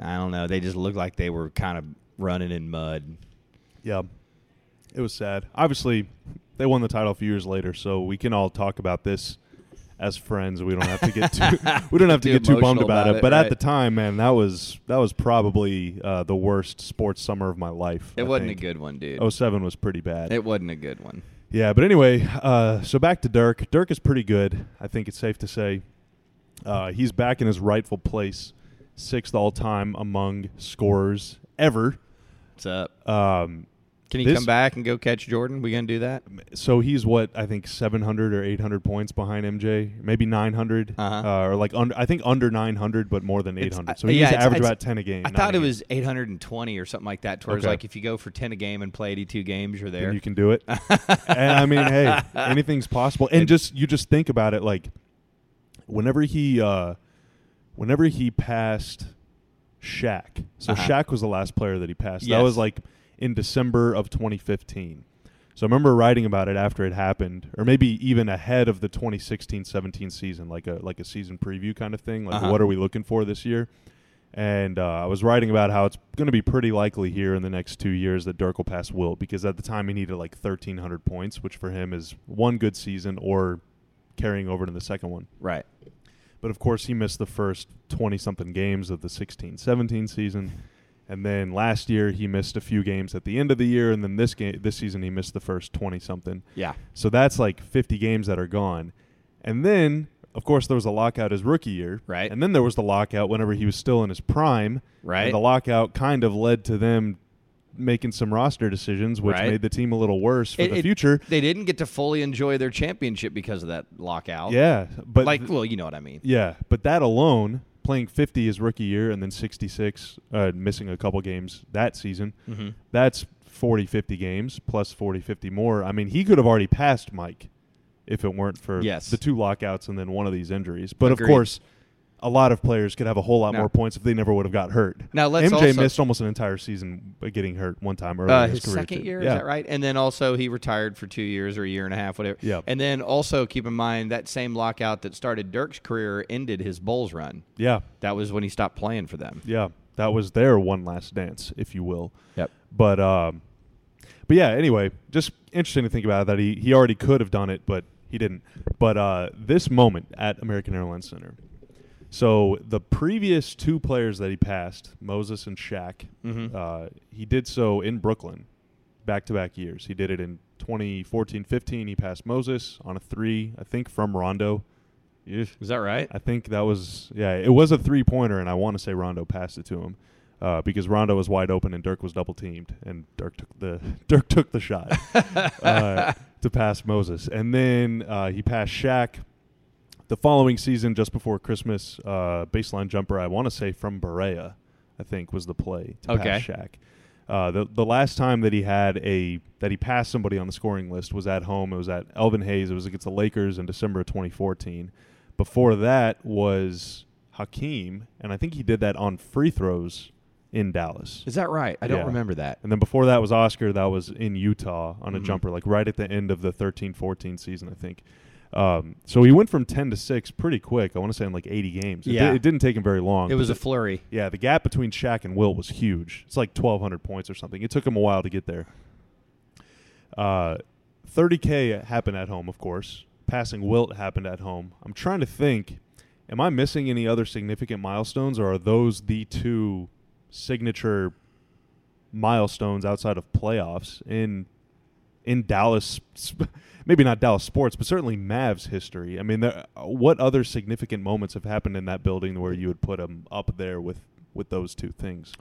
B: I don't know. They just looked like they were kind of running in mud.
A: Yeah. It was sad. Obviously, they won the title a few years later, so we can all talk about this as friends. We don't have to get too we don't have to
B: Too
A: get too bummed
B: emotional
A: about,
B: about
A: it.
B: it,
A: But
B: right.
A: at the time, man, that was that was probably uh, the worst sports summer of my life.
B: It
A: I
B: wasn't
A: think. Oh,
B: a good one, dude.
A: 07 was pretty bad.
B: It wasn't a good one.
A: Yeah, but anyway, uh, so back to Dirk. Dirk is pretty good. I think it's safe to say uh, he's back in his rightful place, sixth all time among scorers ever.
B: What's up?
A: Um,
B: Can you
A: This-
B: come back and go catch Jordan? We gonna do that?
A: so he's what I think 700 or 800 points behind MJ, maybe 900,
B: Uh-huh.
A: uh, or like under, I think under 900, but more than
B: It's-
A: 800. so
B: I-
A: he's
B: yeah, it's-
A: average
B: it's-
A: about 10 a game.
B: I
A: nine
B: thought
A: a
B: it
A: game.
B: was 820 or something like that. Towards
A: Okay.
B: like if you go for 10 a game and play 82 games, you're there.
A: Then you can do it. and I mean, hey, anything's possible. And
B: It-
A: just you just think about it, like whenever he, uh, whenever he passed Shaq. So
B: Uh-huh.
A: Shaq was the last player that he passed.
B: Yes.
A: That was like in December of 2015. So I remember writing about it after it happened, or maybe even ahead of the 2016-17 season, like a like a season preview kind of thing. Like,
B: Uh-huh.
A: what are we looking for this year? And uh, I was writing about how it's going to be pretty likely here in the next two years that Dirk will pass Wilt because at the time he needed like 1,300 points, which for him is one good season or carrying over to the second one.
B: right.
A: But of course, he missed the first 20 something games of the 16 17 season. And then last year, he missed a few games at the end of the year. And then this game, this season, he missed the first 20 something.
B: Yeah.
A: So that's like 50 games that are gone. And then, of course, there was a lockout his rookie year.
B: Right.
A: And then there was the lockout whenever he was still in his prime.
B: Right.
A: And the lockout kind of led to them making some roster decisions, which
B: Right.
A: made the team a little worse for
B: It-
A: the
B: it-
A: future.
B: They didn't get to fully enjoy their championship because of that lockout.
A: Yeah. But
B: like, well, you know what I mean.
A: Yeah, but that alone, playing 50 his rookie year and then 66, uh, missing a couple games that season,
B: Mm-hmm.
A: that's 40, 50 games plus 40, 50 more. I mean, he could have already passed Mike if it weren't for
B: Yes.
A: the two lockouts and then one of these injuries. But
B: Agreed.
A: of course, a lot of players could have a whole lot
B: No.
A: more points if they never would have got hurt.
B: Now, let's
A: MJ
B: also-
A: missed almost an entire season by getting hurt one time earlier
B: Uh,
A: in
B: his
A: his, career.
B: second
A: too.
B: year,
A: yeah.
B: is that right? And then also he retired for two years or a year and a half, whatever.
A: Yeah.
B: And then also keep in mind that same lockout that started Dirk's career ended his Bulls run.
A: Yeah,
B: That was when he stopped playing for them.
A: yeah. That was their one last dance, if you will.
B: Yep.
A: But um, but yeah. Anyway, just interesting to think about that he he already could have done it, but he didn't. But uh, this moment at American Airlines Center. So the previous two players that he passed, Moses and Shaq,
B: Mhm.
A: uh, he did so in Brooklyn, back to back years. He did it in 2014-15. He passed Moses on a three, I think, from Rondo.
B: Is that right?
A: I think that was yeah, it was a three pointer, and I want to say Rondo passed it to him uh, because Rondo was wide open and Dirk was double teamed, and Dirk took the Dirk took the shot uh, to pass Moses, and then uh, he passed Shaq. The following season, just before Christmas, uh, baseline jumper, I want to say from Berea, I think was the play to
B: Okay.
A: pass Shaq. Uh, the the last time that he had a that he passed somebody on the scoring list was at home. It was at Elvin Hayes. It was against the Lakers in December of 2014. Before that was Hakeem, and I think he did that on free throws in Dallas.
B: Is that right? I don't
A: Yeah.
B: remember that.
A: And then before that was Oscar. That was in Utah on a
B: Mhm.
A: jumper, like right at the end of the 13 14 season, I think. Um, so he went from 10 to 6 pretty quick. I want to say in like 80 games. It,
B: Yeah.
A: di- it didn't take him very long.
B: It was
A: but
B: a flurry.
A: the- yeah, the gap between Shaq and Will was huge. It's like 1,200 points or something. It took him a while to get there. Uh, 30K happened at home, of course. Passing Wilt happened at home. I'm trying to think am I missing any other significant milestones, or are those the two signature milestones outside of playoffs in in Dallas? sp- Maybe not Dallas sports, but certainly Mavs uh, history. I mean, there, what other significant moments have happened in that building where you would put them up there with with those two things?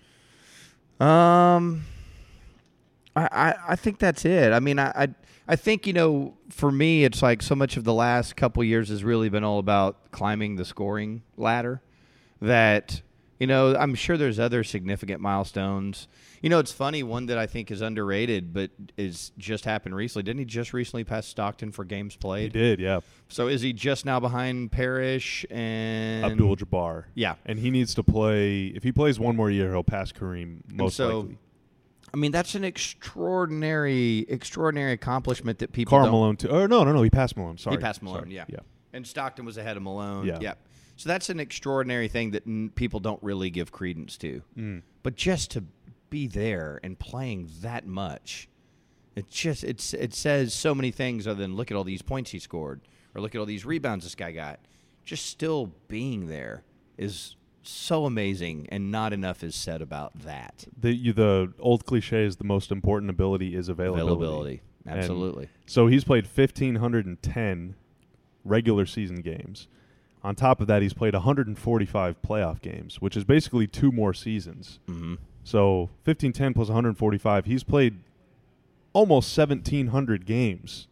B: Um, I, I I think that's it. I mean, I, I I think you know, for me, it's like so much of the last couple years has really been all about climbing the scoring ladder. That you know, I'm sure there's other significant milestones. You know, it's funny one that I think is underrated, but is just happened recently. Didn't he just recently pass Stockton for games
A: He
B: played?
A: did, yeah.
B: So is he just now behind Parrish and
A: Abdul Jabbar.
B: Yeah.
A: And he needs to play if he plays one more year, he'll pass Kareem most
B: so-
A: likely.
B: I mean, that's an extraordinary, extraordinary accomplishment that people.
A: Carl
B: don't-
A: Malone too. Or no, no, no, he passed Malone. Sorry.
B: He passed Malone,
A: Sorry.
B: yeah.
A: Yeah.
B: And Stockton was ahead of Malone.
A: Yeah.
B: Yep. So that's an extraordinary thing that n- people don't really give credence to.
A: Mm.
B: But just to be there and playing that much, it just it's it says so many things other than look at all these points he scored or look at all these rebounds this guy got. Just still being there is so amazing and not enough is said about that.
A: The you, the old cliche is the most important ability is availability.
B: Availability.
A: And
B: Absolutely.
A: so he's played 1510 regular season games. On top of that, he's played 145 playoff games, which is basically two more seasons.
B: Mm-hmm.
A: So 1510 plus 145, he's played almost 1700 games.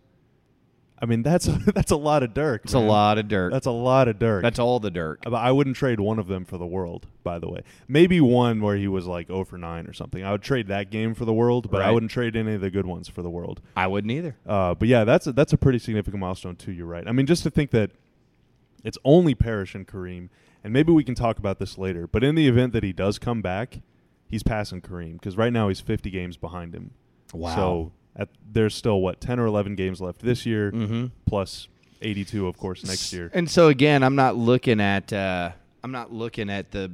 A: I mean, that's that's a lot of Dirk.
B: It's a
A: man.
B: lot of dirt.
A: That's a lot of Dirk.
B: That's all the dirt.
A: But I wouldn't trade one of them for the world, by the way. Maybe one where he was like 0 for 9 or something. I would trade that game for the world, but I
B: Right.
A: wouldn't trade any of the good ones for the world.
B: I wouldn't either.
A: Uh, but yeah, that's a, that's a pretty significant milestone too. You're right. I mean, just to think that it's only Parrish and Kareem, and maybe we can talk about this later. But in the event that he does come back, he's passing Kareem because right now he's 50 games behind him.
B: Wow.
A: So at, there's still what 10 or 11 games left this year,
B: Mhm.
A: plus 82, of course, next year.
B: And so again, I'm not looking at uh, I'm not looking at the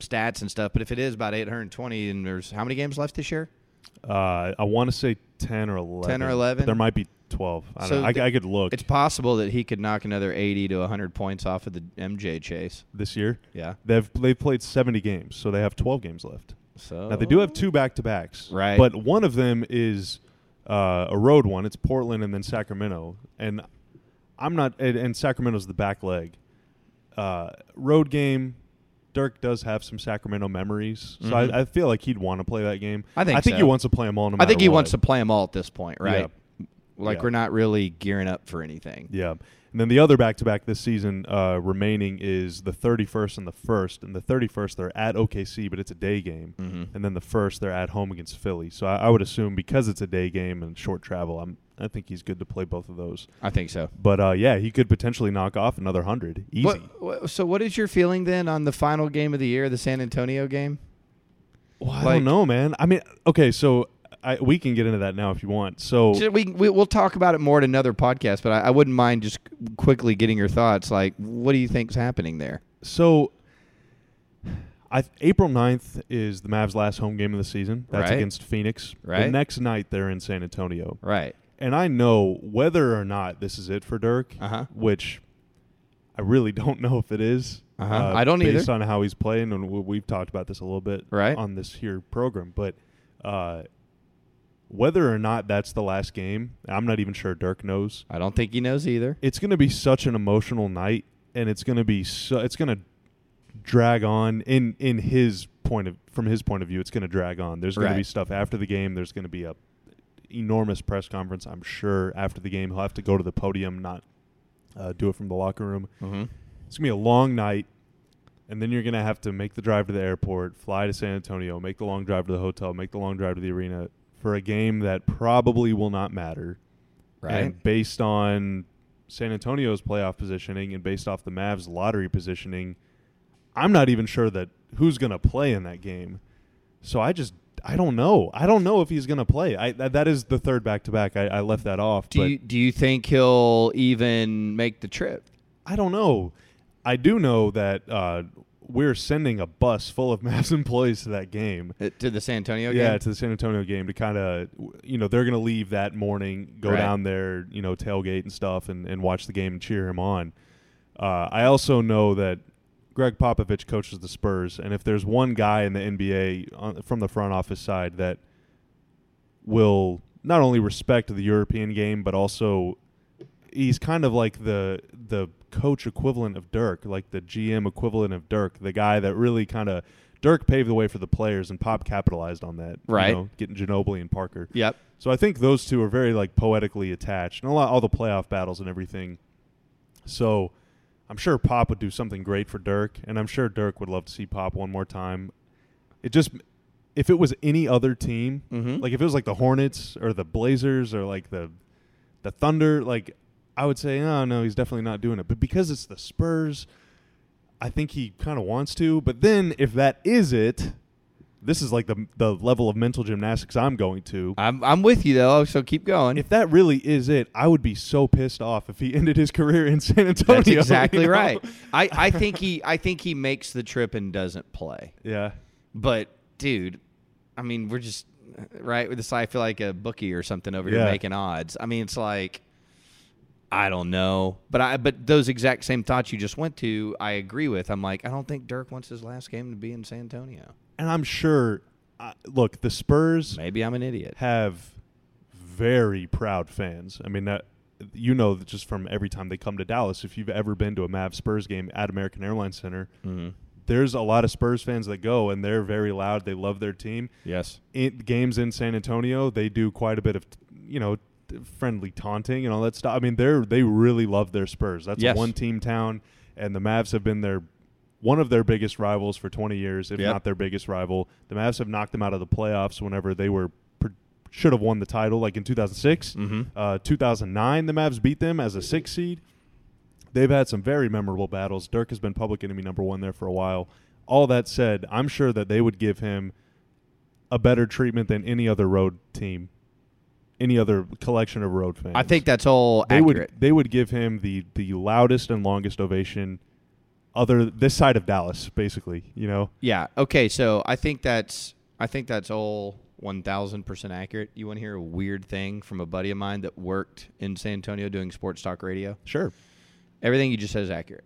B: stats and stuff, but if it is about 820 and there's how many games left this year?
A: Uh, I want to say 10 or 11.
B: 10 or
A: but
B: 11?
A: There might be 12. I don't
B: So
A: know. I,
B: th-
A: I could look
B: It's possible that he could knock another 80 to 100 points off of the MJ chase.
A: this year.
B: Yeah.
A: They've they played 70 games, so they have 12 games left.
B: So
A: Now they do have two back to backs,
B: Oh. Right.
A: But one of them is uh, a road one. It's Portland and then Sacramento, and I'm not. And, and Sacramento's the back leg. Uh, road game. Dirk does have some Sacramento memories, so
B: Mhm.
A: I, I feel like he'd want to play that game.
B: I think
A: I think he
B: so.
A: wants to play them all. No
B: I think
A: matter
B: he
A: what.
B: wants to play them all at this point, right? Like
A: Yeah.
B: we're not really gearing up for anything.
A: Yeah. And then the other back to back this season uh, remaining is the 31st and the 1st. And the 31st, they're at OKC, but it's a day game.
B: Mhm.
A: And then the 1st, they're at home against Philly. So I, I would assume because it's a day game and short travel, I'm, I think he's good to play both of those.
B: I think so.
A: But uh, yeah, he could potentially knock off another 100. Easy.
B: What, what- so what is your feeling then on the final game of the year, the San Antonio game?
A: Well, I
B: Like-
A: don't know, man. I mean, okay, so I, we can get into that now if you want. So.
B: Ju- we, we we'll talk about it more in another podcast, but I, I wouldn't mind just quickly getting your thoughts. Like, what do you think's happening there?
A: So I April 9th is the Mavs last home game of the season. That's
B: Right.
A: against Phoenix. The
B: Right.
A: next night they're in San Antonio.
B: Right.
A: And I know whether or not this is it for Dirk,
B: Uh-huh.
A: which I really don't know if it is. uh,
B: Uh-huh. I don't
A: based
B: either.
A: on how he's playing and we- we've talked about this a little bit
B: Right.
A: on this here program, but uh whether or not that's the last game, I'm not even sure Dirk knows
B: I don't think he knows either.
A: it's going to be such an emotional night and it's going to be so it's going to drag on in in his point of from his point of view it's going to drag on there's going
B: Right.
A: to be stuff after the game there's going to be a enormous press conference i'm sure after the game he'll have to go to the podium not uh, do it from the locker room
B: Mm-hmm.
A: it's going to be a long night and then you're going to have to make the drive to the airport fly to san antonio make the long drive to the hotel make the long drive to the arena for a game that probably will not matter
B: Right.
A: and based on San Antonio's playoff positioning and based off the Mavs lottery positioning, I'm not even sure that who's going to play in that game. So I just I don't know. I don't know if he's going to play. I that that is the third back to back. I I left that off,
B: do
A: but
B: you do you think he'll even make the trip?
A: I don't know. I do know that uh, we're sending a bus full of Mavs employees to that game.
B: Uh, To the San Antonio game?
A: Yeah, to the San Antonio game to kind of, you know, they're going to leave that morning, go
B: Right.
A: down there, you know, tailgate and stuff, and, and watch the game and cheer him on. Uh, I also know that Greg Popovich coaches the Spurs, and if there's one guy in the NBA on, uh, from the front office side that will not only respect the European game, but also he's kind of like the the coach equivalent of Dirk, like the GM equivalent of Dirk, the guy that really kind of Dirk paved the way for the players, and Pop capitalized on that. you
B: Right.
A: know, getting Ginobili and Parker.
B: Yep.
A: So I think those two are very like poetically attached, and a lot all the playoff battles and everything. So I'm sure Pop would do something great for Dirk, and I'm sure Dirk would love to see Pop one more time. It just if it was any other team,
B: Mhm.
A: like if it was like the Hornets or the Blazers or like the the Thunder, like I would say, oh no, he's definitely not doing it. But because it's the Spurs, I think he kind of wants to. But then if that is it, this is like the the level of mental gymnastics I'm going to.
B: I'm I'm with you though, so keep going.
A: If that really is it, I would be so pissed off if he ended his career in San Antonio.
B: That's
A: you
B: exactly
A: know?
B: right. I, I think he I think he makes the trip and doesn't play.
A: Yeah.
B: But dude, I mean, we're just right with this. I feel like a bookie or something over here
A: Yeah.
B: making odds. I mean, it's like I don't know, but I but those exact same thoughts you just went to, I agree with. I'm like, I don't think Dirk wants his last game to be in San Antonio.
A: And I'm sure I look, the Spurs
B: Maybe I'm an idiot.
A: have very proud fans. I mean that you know that just from every time they come to Dallas, if you've ever been to a Mavs Spurs game at American Airlines Center,
B: Mm-hmm.
A: there's a lot of Spurs fans that go and they're very loud. They love their team.
C: Yes.
A: in, games in San Antonio, they do quite a bit of you know t- friendly taunting and all that stuff. I mean, they're they really love their Spurs. That's
B: Yes.
A: a one team town, and the Mavs have been their one of their biggest rivals for 20 years, if
C: Yep.
A: not their biggest rival. The Mavs have knocked them out of the playoffs whenever they were pr- should have won the title, like in 2006,
B: Mm-hmm.
A: uh, 2009. The Mavs beat them as a six seed. They've had some very memorable battles. Dirk has been public enemy number one there for a while. All that said, I'm sure that they would give him a better treatment than any other road team, any other collection of road fans.
B: I think that's all
A: they
B: accurate.
A: would they would give him the the loudest and longest ovation, other this side of Dallas, basically. You know,
B: Yeah. Okay. So I think that's I think that's all one thousand percent accurate. You want to hear a weird thing from a buddy of mine that worked in San Antonio doing sports talk radio?
A: sure.
B: Everything you just said is accurate.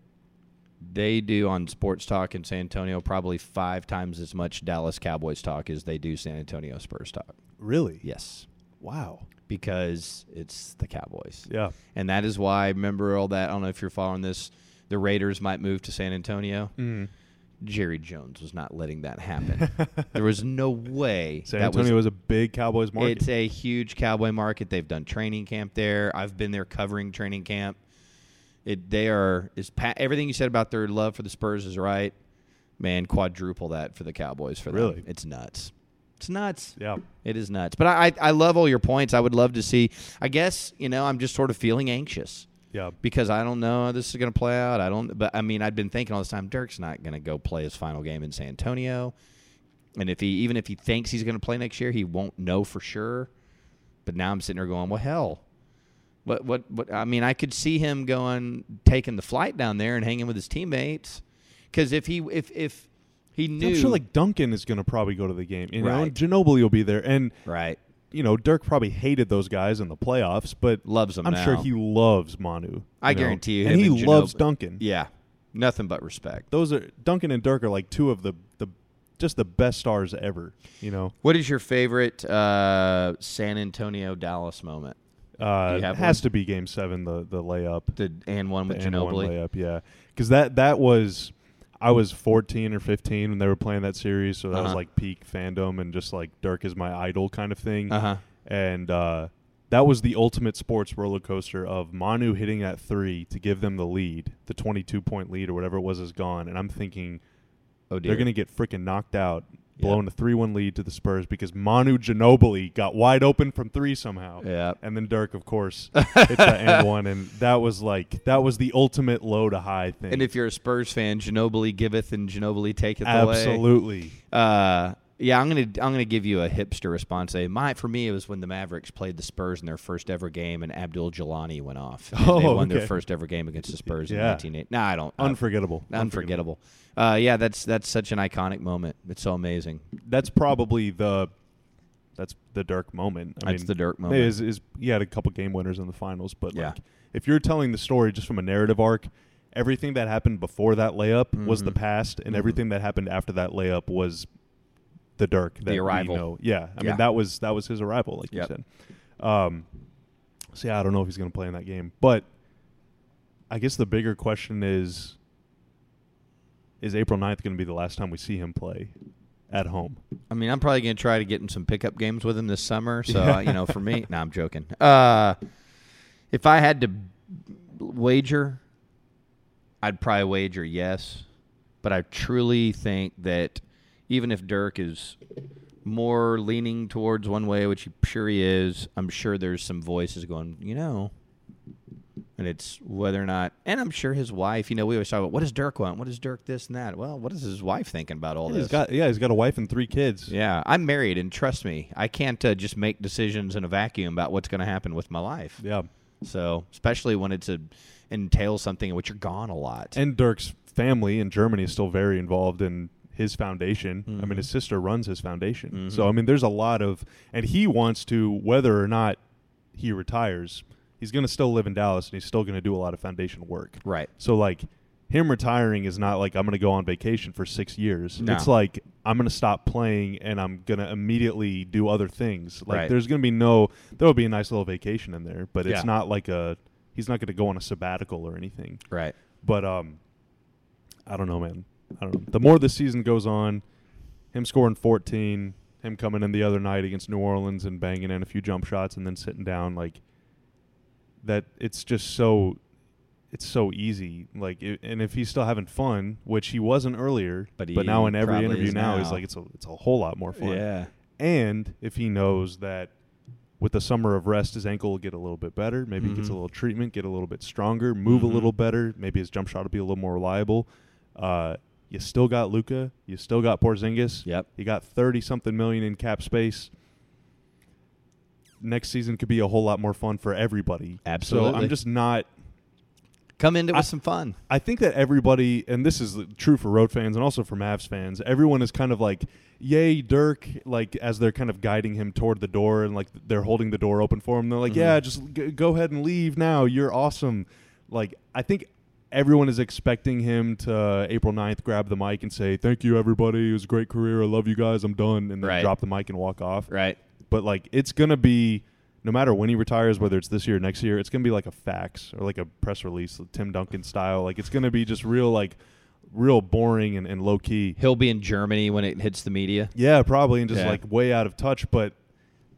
B: They do on sports talk in San Antonio probably five times as much Dallas Cowboys talk as they do San Antonio Spurs talk.
A: Really?
B: Yes,
A: Wow.
B: because it's the Cowboys.
A: Yeah.
B: And that is why, remember all that? I don't know if you're following this. The Raiders might move to San Antonio.
A: Mm.
B: Jerry Jones was not letting that happen. there was no way
A: San
B: that
A: Antonio is a big Cowboys market.
B: It's a huge cowboy market. They've done training camp there. I've been there covering training camp. It they are is pa- everything you said about their love for the Spurs is right. Man, quadruple that for the Cowboys for them.
A: Really?
B: It's nuts. It's nuts.
A: yeah.
B: It is nuts. But I, I I love all your points. I would love to see. I guess you know I'm just sort of feeling anxious
A: Yeah.
B: because I don't know how this is going to play out. I don't, but I mean, I'd been thinking all this time, Dirk's not going to go play his final game in San Antonio, and if he even if he thinks he's going to play next year, he won't know for sure. But now I'm sitting there going, well, hell, what, what, what? I mean, I could see him going taking the flight down there and hanging with his teammates, because if he if if he knew,
A: I'm sure like Duncan is going to probably go to the game. You know,
B: Right.
A: and Ginobili will be there, and
B: right,
A: you know Dirk probably hated those guys in the playoffs, but
B: loves him.
A: I'm sure
B: now.
A: he loves Manu. you
B: I
A: know?
B: guarantee you,
A: and he
B: him and
A: loves
B: Ginobili-
A: Duncan.
B: Yeah, nothing but respect.
A: those are Duncan and Dirk are like two of the the just the best stars ever. You know,
B: What is your favorite uh, San Antonio Dallas moment?
A: uh,
B: Do you have
A: it has to be Game Seven, the the layup,
B: The and one
A: the
B: with
A: and one
B: Ginobili.
A: layup, yeah, because that that was I was 14 or 15 when they were playing that series, so that was
B: Uh-huh.
A: like peak fandom and just like Dirk is my idol kind of thing,
B: Uh-huh.
A: and uh, that was the ultimate sports roller coaster of Manu hitting that three to give them the lead, the 22 point lead or whatever it was is gone, and I'm thinking.
B: Oh dear.
A: They're going to get freaking knocked out,
B: Yeah.
A: blown a 3 1 lead to the Spurs because Manu Ginobili got wide open from three somehow.
B: Yeah.
A: And then Dirk, of course, hit the end one. And that was like, that was the ultimate low to high thing.
B: And if you're a Spurs fan, Ginobili giveth and Ginobili taketh away.
A: Absolutely.
B: Uh yeah, I'm gonna I'm gonna give you a hipster response. Eh, My for me it was when the Mavericks played the Spurs in their first ever game, and Abdul Jalani went off. And they
A: Oh,
B: won their
A: okay.
B: first ever game against the Spurs in
A: Yeah.
B: 1980. No, I don't. I-
A: Unforgettable.
B: uh, unforgettable. Uh, yeah, that's that's such an iconic moment. It's so amazing.
A: That's probably the. That's the Dirk moment. I
B: That's
A: mean,
B: the Dirk moment.
A: Is, is he had a couple game winners in the finals, but
B: Yeah.
A: like if you're telling the story just from a narrative arc, everything that happened before that layup was the
B: Mhm.
A: past, and
B: Mhm.
A: everything that happened after that layup was the Dirk. That we
B: arrival.
A: know. Yeah, I
B: Yeah.
A: mean that was that was his arrival, like
B: Yep.
A: you said. Um, so yeah, I don't know if he's going to play in that game, but I guess the bigger question is is April 9th going to be the last time we see him play at home?
B: I mean, I'm probably going to try to get in some pickup games with him this summer. So, uh, you know, for me, no, I'm joking. Uh, if I had to wager, I'd probably wager yes. But I truly think that even if Dirk is more leaning towards one way, which I'm sure he is, I'm sure there's some voices going, you know, and it's whether or not, and I'm sure his wife, you know, we always talk about what does Dirk want? What does Dirk this and that? Well, what is his wife thinking about all
A: And
B: this?
A: He's got yeah, he's got a wife and three kids.
B: Yeah, I'm married, and trust me, I can't uh, just make decisions in a vacuum about what's going to happen with my life.
A: Yeah.
B: So, especially when it's a entails something in which you're gone a lot.
A: And Dirk's family in Germany is still very involved in his foundation. I
B: Mm-hmm.
A: mean, his sister runs his foundation. So, I mean, there's a lot of, and he wants to, whether or not he retires, he's going to still live in Dallas and he's still going to do a lot of foundation work.
B: right.
A: So, like, him retiring is not like I'm going to go on vacation for six years.
B: No.
A: It's like I'm going to stop playing and I'm going to immediately do other things. Like,
B: Right.
A: there's going to be no, there will be a nice little vacation in there, but
B: Yeah.
A: it's not like a, he's not going to go on a sabbatical or anything.
B: Right.
A: But um, I don't know, man. I don't know. The more the season goes on, him scoring 14, him coming in the other night against New Orleans and banging in a few jump shots and then sitting down, like that. It's just so, it's so easy. Like, i and if he's still having fun, which he wasn't earlier,
B: But he
A: now in every
B: probably
A: interview
B: is
A: now,
B: now.
A: he's like, it's a, it's a whole lot more fun. And if he knows that with the summer of rest, his ankle will get a little bit better. Maybe he gets a
B: Mhm.
A: little treatment, get a little bit stronger, move
B: Mhm.
A: a little better. Maybe his jump shot will be a little more reliable. Uh, you still got Luca. You still got Porzingis.
B: Yep.
A: You got thirty something million in cap space. Next season could be a whole lot more fun for everybody. So
B: Absolutely.
A: I'm just not.
B: Come into it with
A: I-
B: some fun.
A: I think that everybody, and this is true for road fans and also for Mavs fans, everyone is kind of like, "Yay, Dirk!" Like as they're kind of guiding him toward the door, and like they're holding the door open for him. They're like,
B: Mhm.
A: "Yeah, just g- go ahead and leave now. You're awesome." Like I think everyone is expecting him to uh, April 9th grab the mic and say, "Thank you, everybody. It was a great career. I love you guys. I'm done," and then
B: Right.
A: drop the mic and walk off.
B: Right.
A: But like it's gonna be. No matter when he retires, whether it's this year or next year, it's gonna be like a fax or like a press release, Tim Duncan style. Like it's gonna be just real, like real boring and, and low key.
B: He'll be in Germany when it hits the media.
A: Yeah, probably, and just
B: Yeah.
A: like way out of touch. But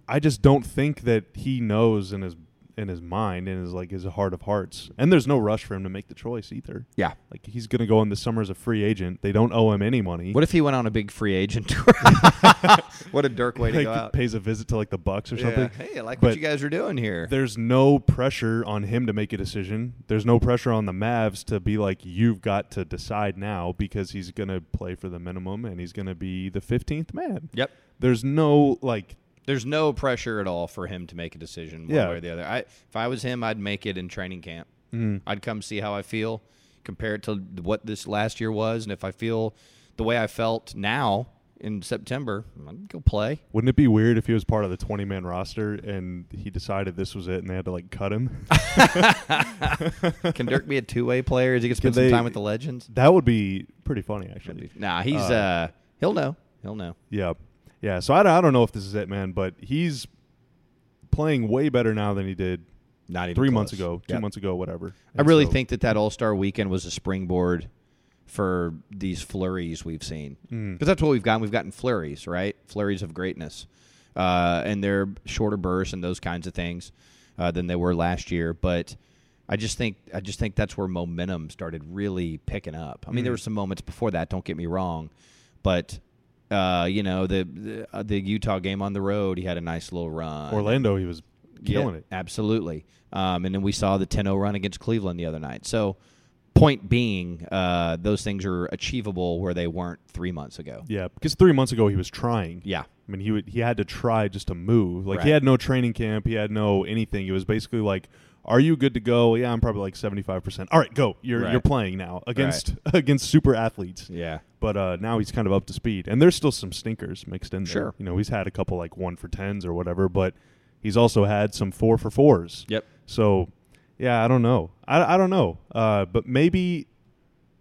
A: I just don't think that he knows in his in his mind and his like his heart of hearts. And there's no rush for him to make the choice either.
B: Yeah.
A: Like he's gonna go in the summer as a free agent. They don't owe him any money.
B: What if he went on a big free agent tour? what a Dirk way to
A: like,
B: go out.
A: Pays a visit to like the Bucks or
B: Yeah.
A: something.
B: Hey, I like what
A: But-
B: you guys are doing here.
A: there's no pressure on him to make a decision. There's no pressure on the Mavs to be like, you've got to decide now because he's going to play for the minimum and he's going to be the 15th man.
B: Yep.
A: There's no, like,
B: There's no pressure at all for him to make a decision one
A: Yeah.
B: way or the other. I, if I was him, I'd make it in training camp. Mm. I'd come see how I feel, compare it to what this last year was, and if I feel the way I felt now in September, I'd go play.
A: wouldn't it be weird if he was part of the 20 man roster and he decided this was it and they had to, like, cut him?
B: Can Dirk be a two way player? Is he gonna spend some
A: they-
B: time with the legends?
A: that would be pretty funny, actually.
B: Nah, he's uh,
A: Uh,
B: he'll know. He'll know.
A: Yeah. Yeah. So I, don't- I don't know if this is it, man, but he's playing way better now than he did
B: Not even
A: three months
B: close.
A: ago, two
B: Yep.
A: months ago, whatever.
B: I
A: And
B: really
A: so-
B: think that that All Star Weekend was a springboard for these flurries we've seen because
A: Hmm. mm.
B: that's what we've gotten. We've gotten flurries, right? Flurries of greatness, uh, and they're shorter bursts and those kinds of things uh, than they were last year. But I just think I just think that's where momentum started really picking up. I mean, there
A: Hmm.
B: were some moments before that. Don't get me wrong, but. Uh, you know the the, uh, the Utah game on the road. He had a nice little run.
A: Orlando, he was killing
B: Yeah,
A: it.
B: Absolutely. Um, and then we saw the 10 0 run against Cleveland the other night. So, point being, uh, those things are achievable where they weren't three months ago.
A: Yeah, because three months ago he was trying.
B: Yeah.
A: I mean, he would, he had to try just to move. Like he
B: Right.
A: had no training camp, he had no anything. It was basically like, "Are you good to go?" Yeah, I'm probably like seventy five percent. All right, go. You're
B: Right.
A: you're playing now against against super athletes.
B: Yeah.
A: But uh, now he's kind of up to speed, and there's still some stinkers mixed in. there.
B: Sure.
A: you know he's had a couple like one for tens or whatever, but he's also had some four for fours.
B: Yep.
A: So, yeah, I don't know. I, I don't know. Uh, but maybe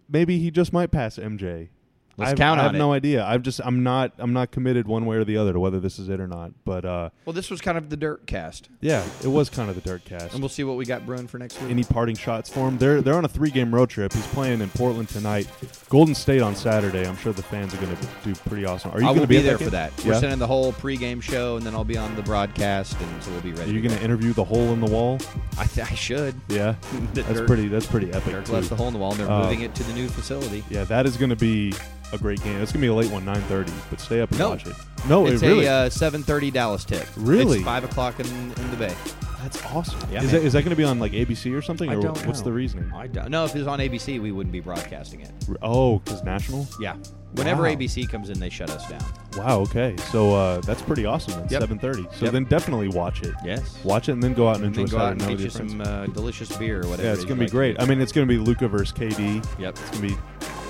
A: maybe he just might pass MJ
B: Let's
A: I've,
B: count
A: I
B: on
A: have
B: it.
A: no idea. I've just I'm not I'm not committed one way or the other to whether this is it or not. But uh,
B: Well, this was kind of the dirt cast,
A: yeah, it was kind of the dirt cast.
B: and we'll see what we got brewing for next week.
A: Any parting shots for him? They're they're on a three game road trip. He's playing in Portland tonight, Golden State on Saturday. I'm sure the fans are going to do pretty awesome. Are you
B: I
A: going
B: will
A: to
B: be,
A: at
B: there
A: game?
B: for that. We're
A: Yeah.
B: sending the whole pregame show, and then I'll be on the broadcast, and so we'll be ready.
A: Are you
B: to
A: going to interview the hole in the wall?
B: go. I, th- I should.
A: Yeah,
B: The
A: that's
B: dirt-
A: pretty. That's pretty epic.
B: Dirk
A: too.
B: left the hole in the wall, and they're
A: Uh,
B: moving it to the new facility.
A: Yeah, that is going to be a great game. It's going to be a late one, nine thirty. But stay up and
B: No.
A: watch it. No,
B: it's
A: it really.
B: a uh, 7:30 Dallas tip.
A: Really?
B: It's five o'clock in, in the Bay.
A: that's awesome.
B: Yeah,
A: is
B: man.
A: that, is that going to be on like ABC or something?
B: I
A: or
B: don't
A: what's
B: know.
A: the reasoning?
B: I don't know if it was on ABC, we wouldn't be broadcasting it.
A: Oh, because national.
B: Yeah. Whenever
A: Wow.
B: ABC comes in, they shut us down.
A: Wow. Okay. So uh, that's pretty awesome. At
B: Yep.
A: seven thirty. So
B: Yep.
A: then definitely watch it.
B: Yes.
A: Watch it and then go out and
B: And
A: enjoy
B: then go
A: Saturday
B: out and
A: night
B: get
A: with
B: you
A: your
B: some
A: friends.
B: uh, delicious beer or whatever.
A: yeah, it's
B: you
A: gonna be
B: like
A: great.
B: do.
A: I mean, it's gonna be Luca versus KD.
B: Yep.
A: It's gonna be.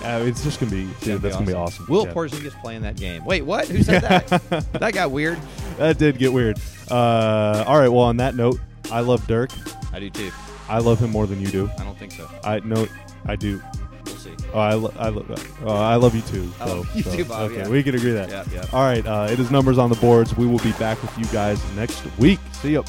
A: Uh, it's just gonna be. Dude, that's gonna be awesome.
B: Will
A: Yeah.
B: Porzingis playing that game? Wait, what? Who said that? that got weird.
A: That did get weird. Uh, all right. Well, on that note, I love Dirk.
B: I do too.
A: I love him more than you do.
B: I don't think so.
A: I no, I do.
B: We'll see.
A: Oh, I, lo- I, lo- oh, I love you too.
B: I
A: so-
B: love you
A: so,
B: too, Bob,
A: Okay,
B: yeah.
A: we can agree that.
B: Yeah, yeah.
A: All right, uh, it is numbers on the boards. We will be back with you guys next week. See ya.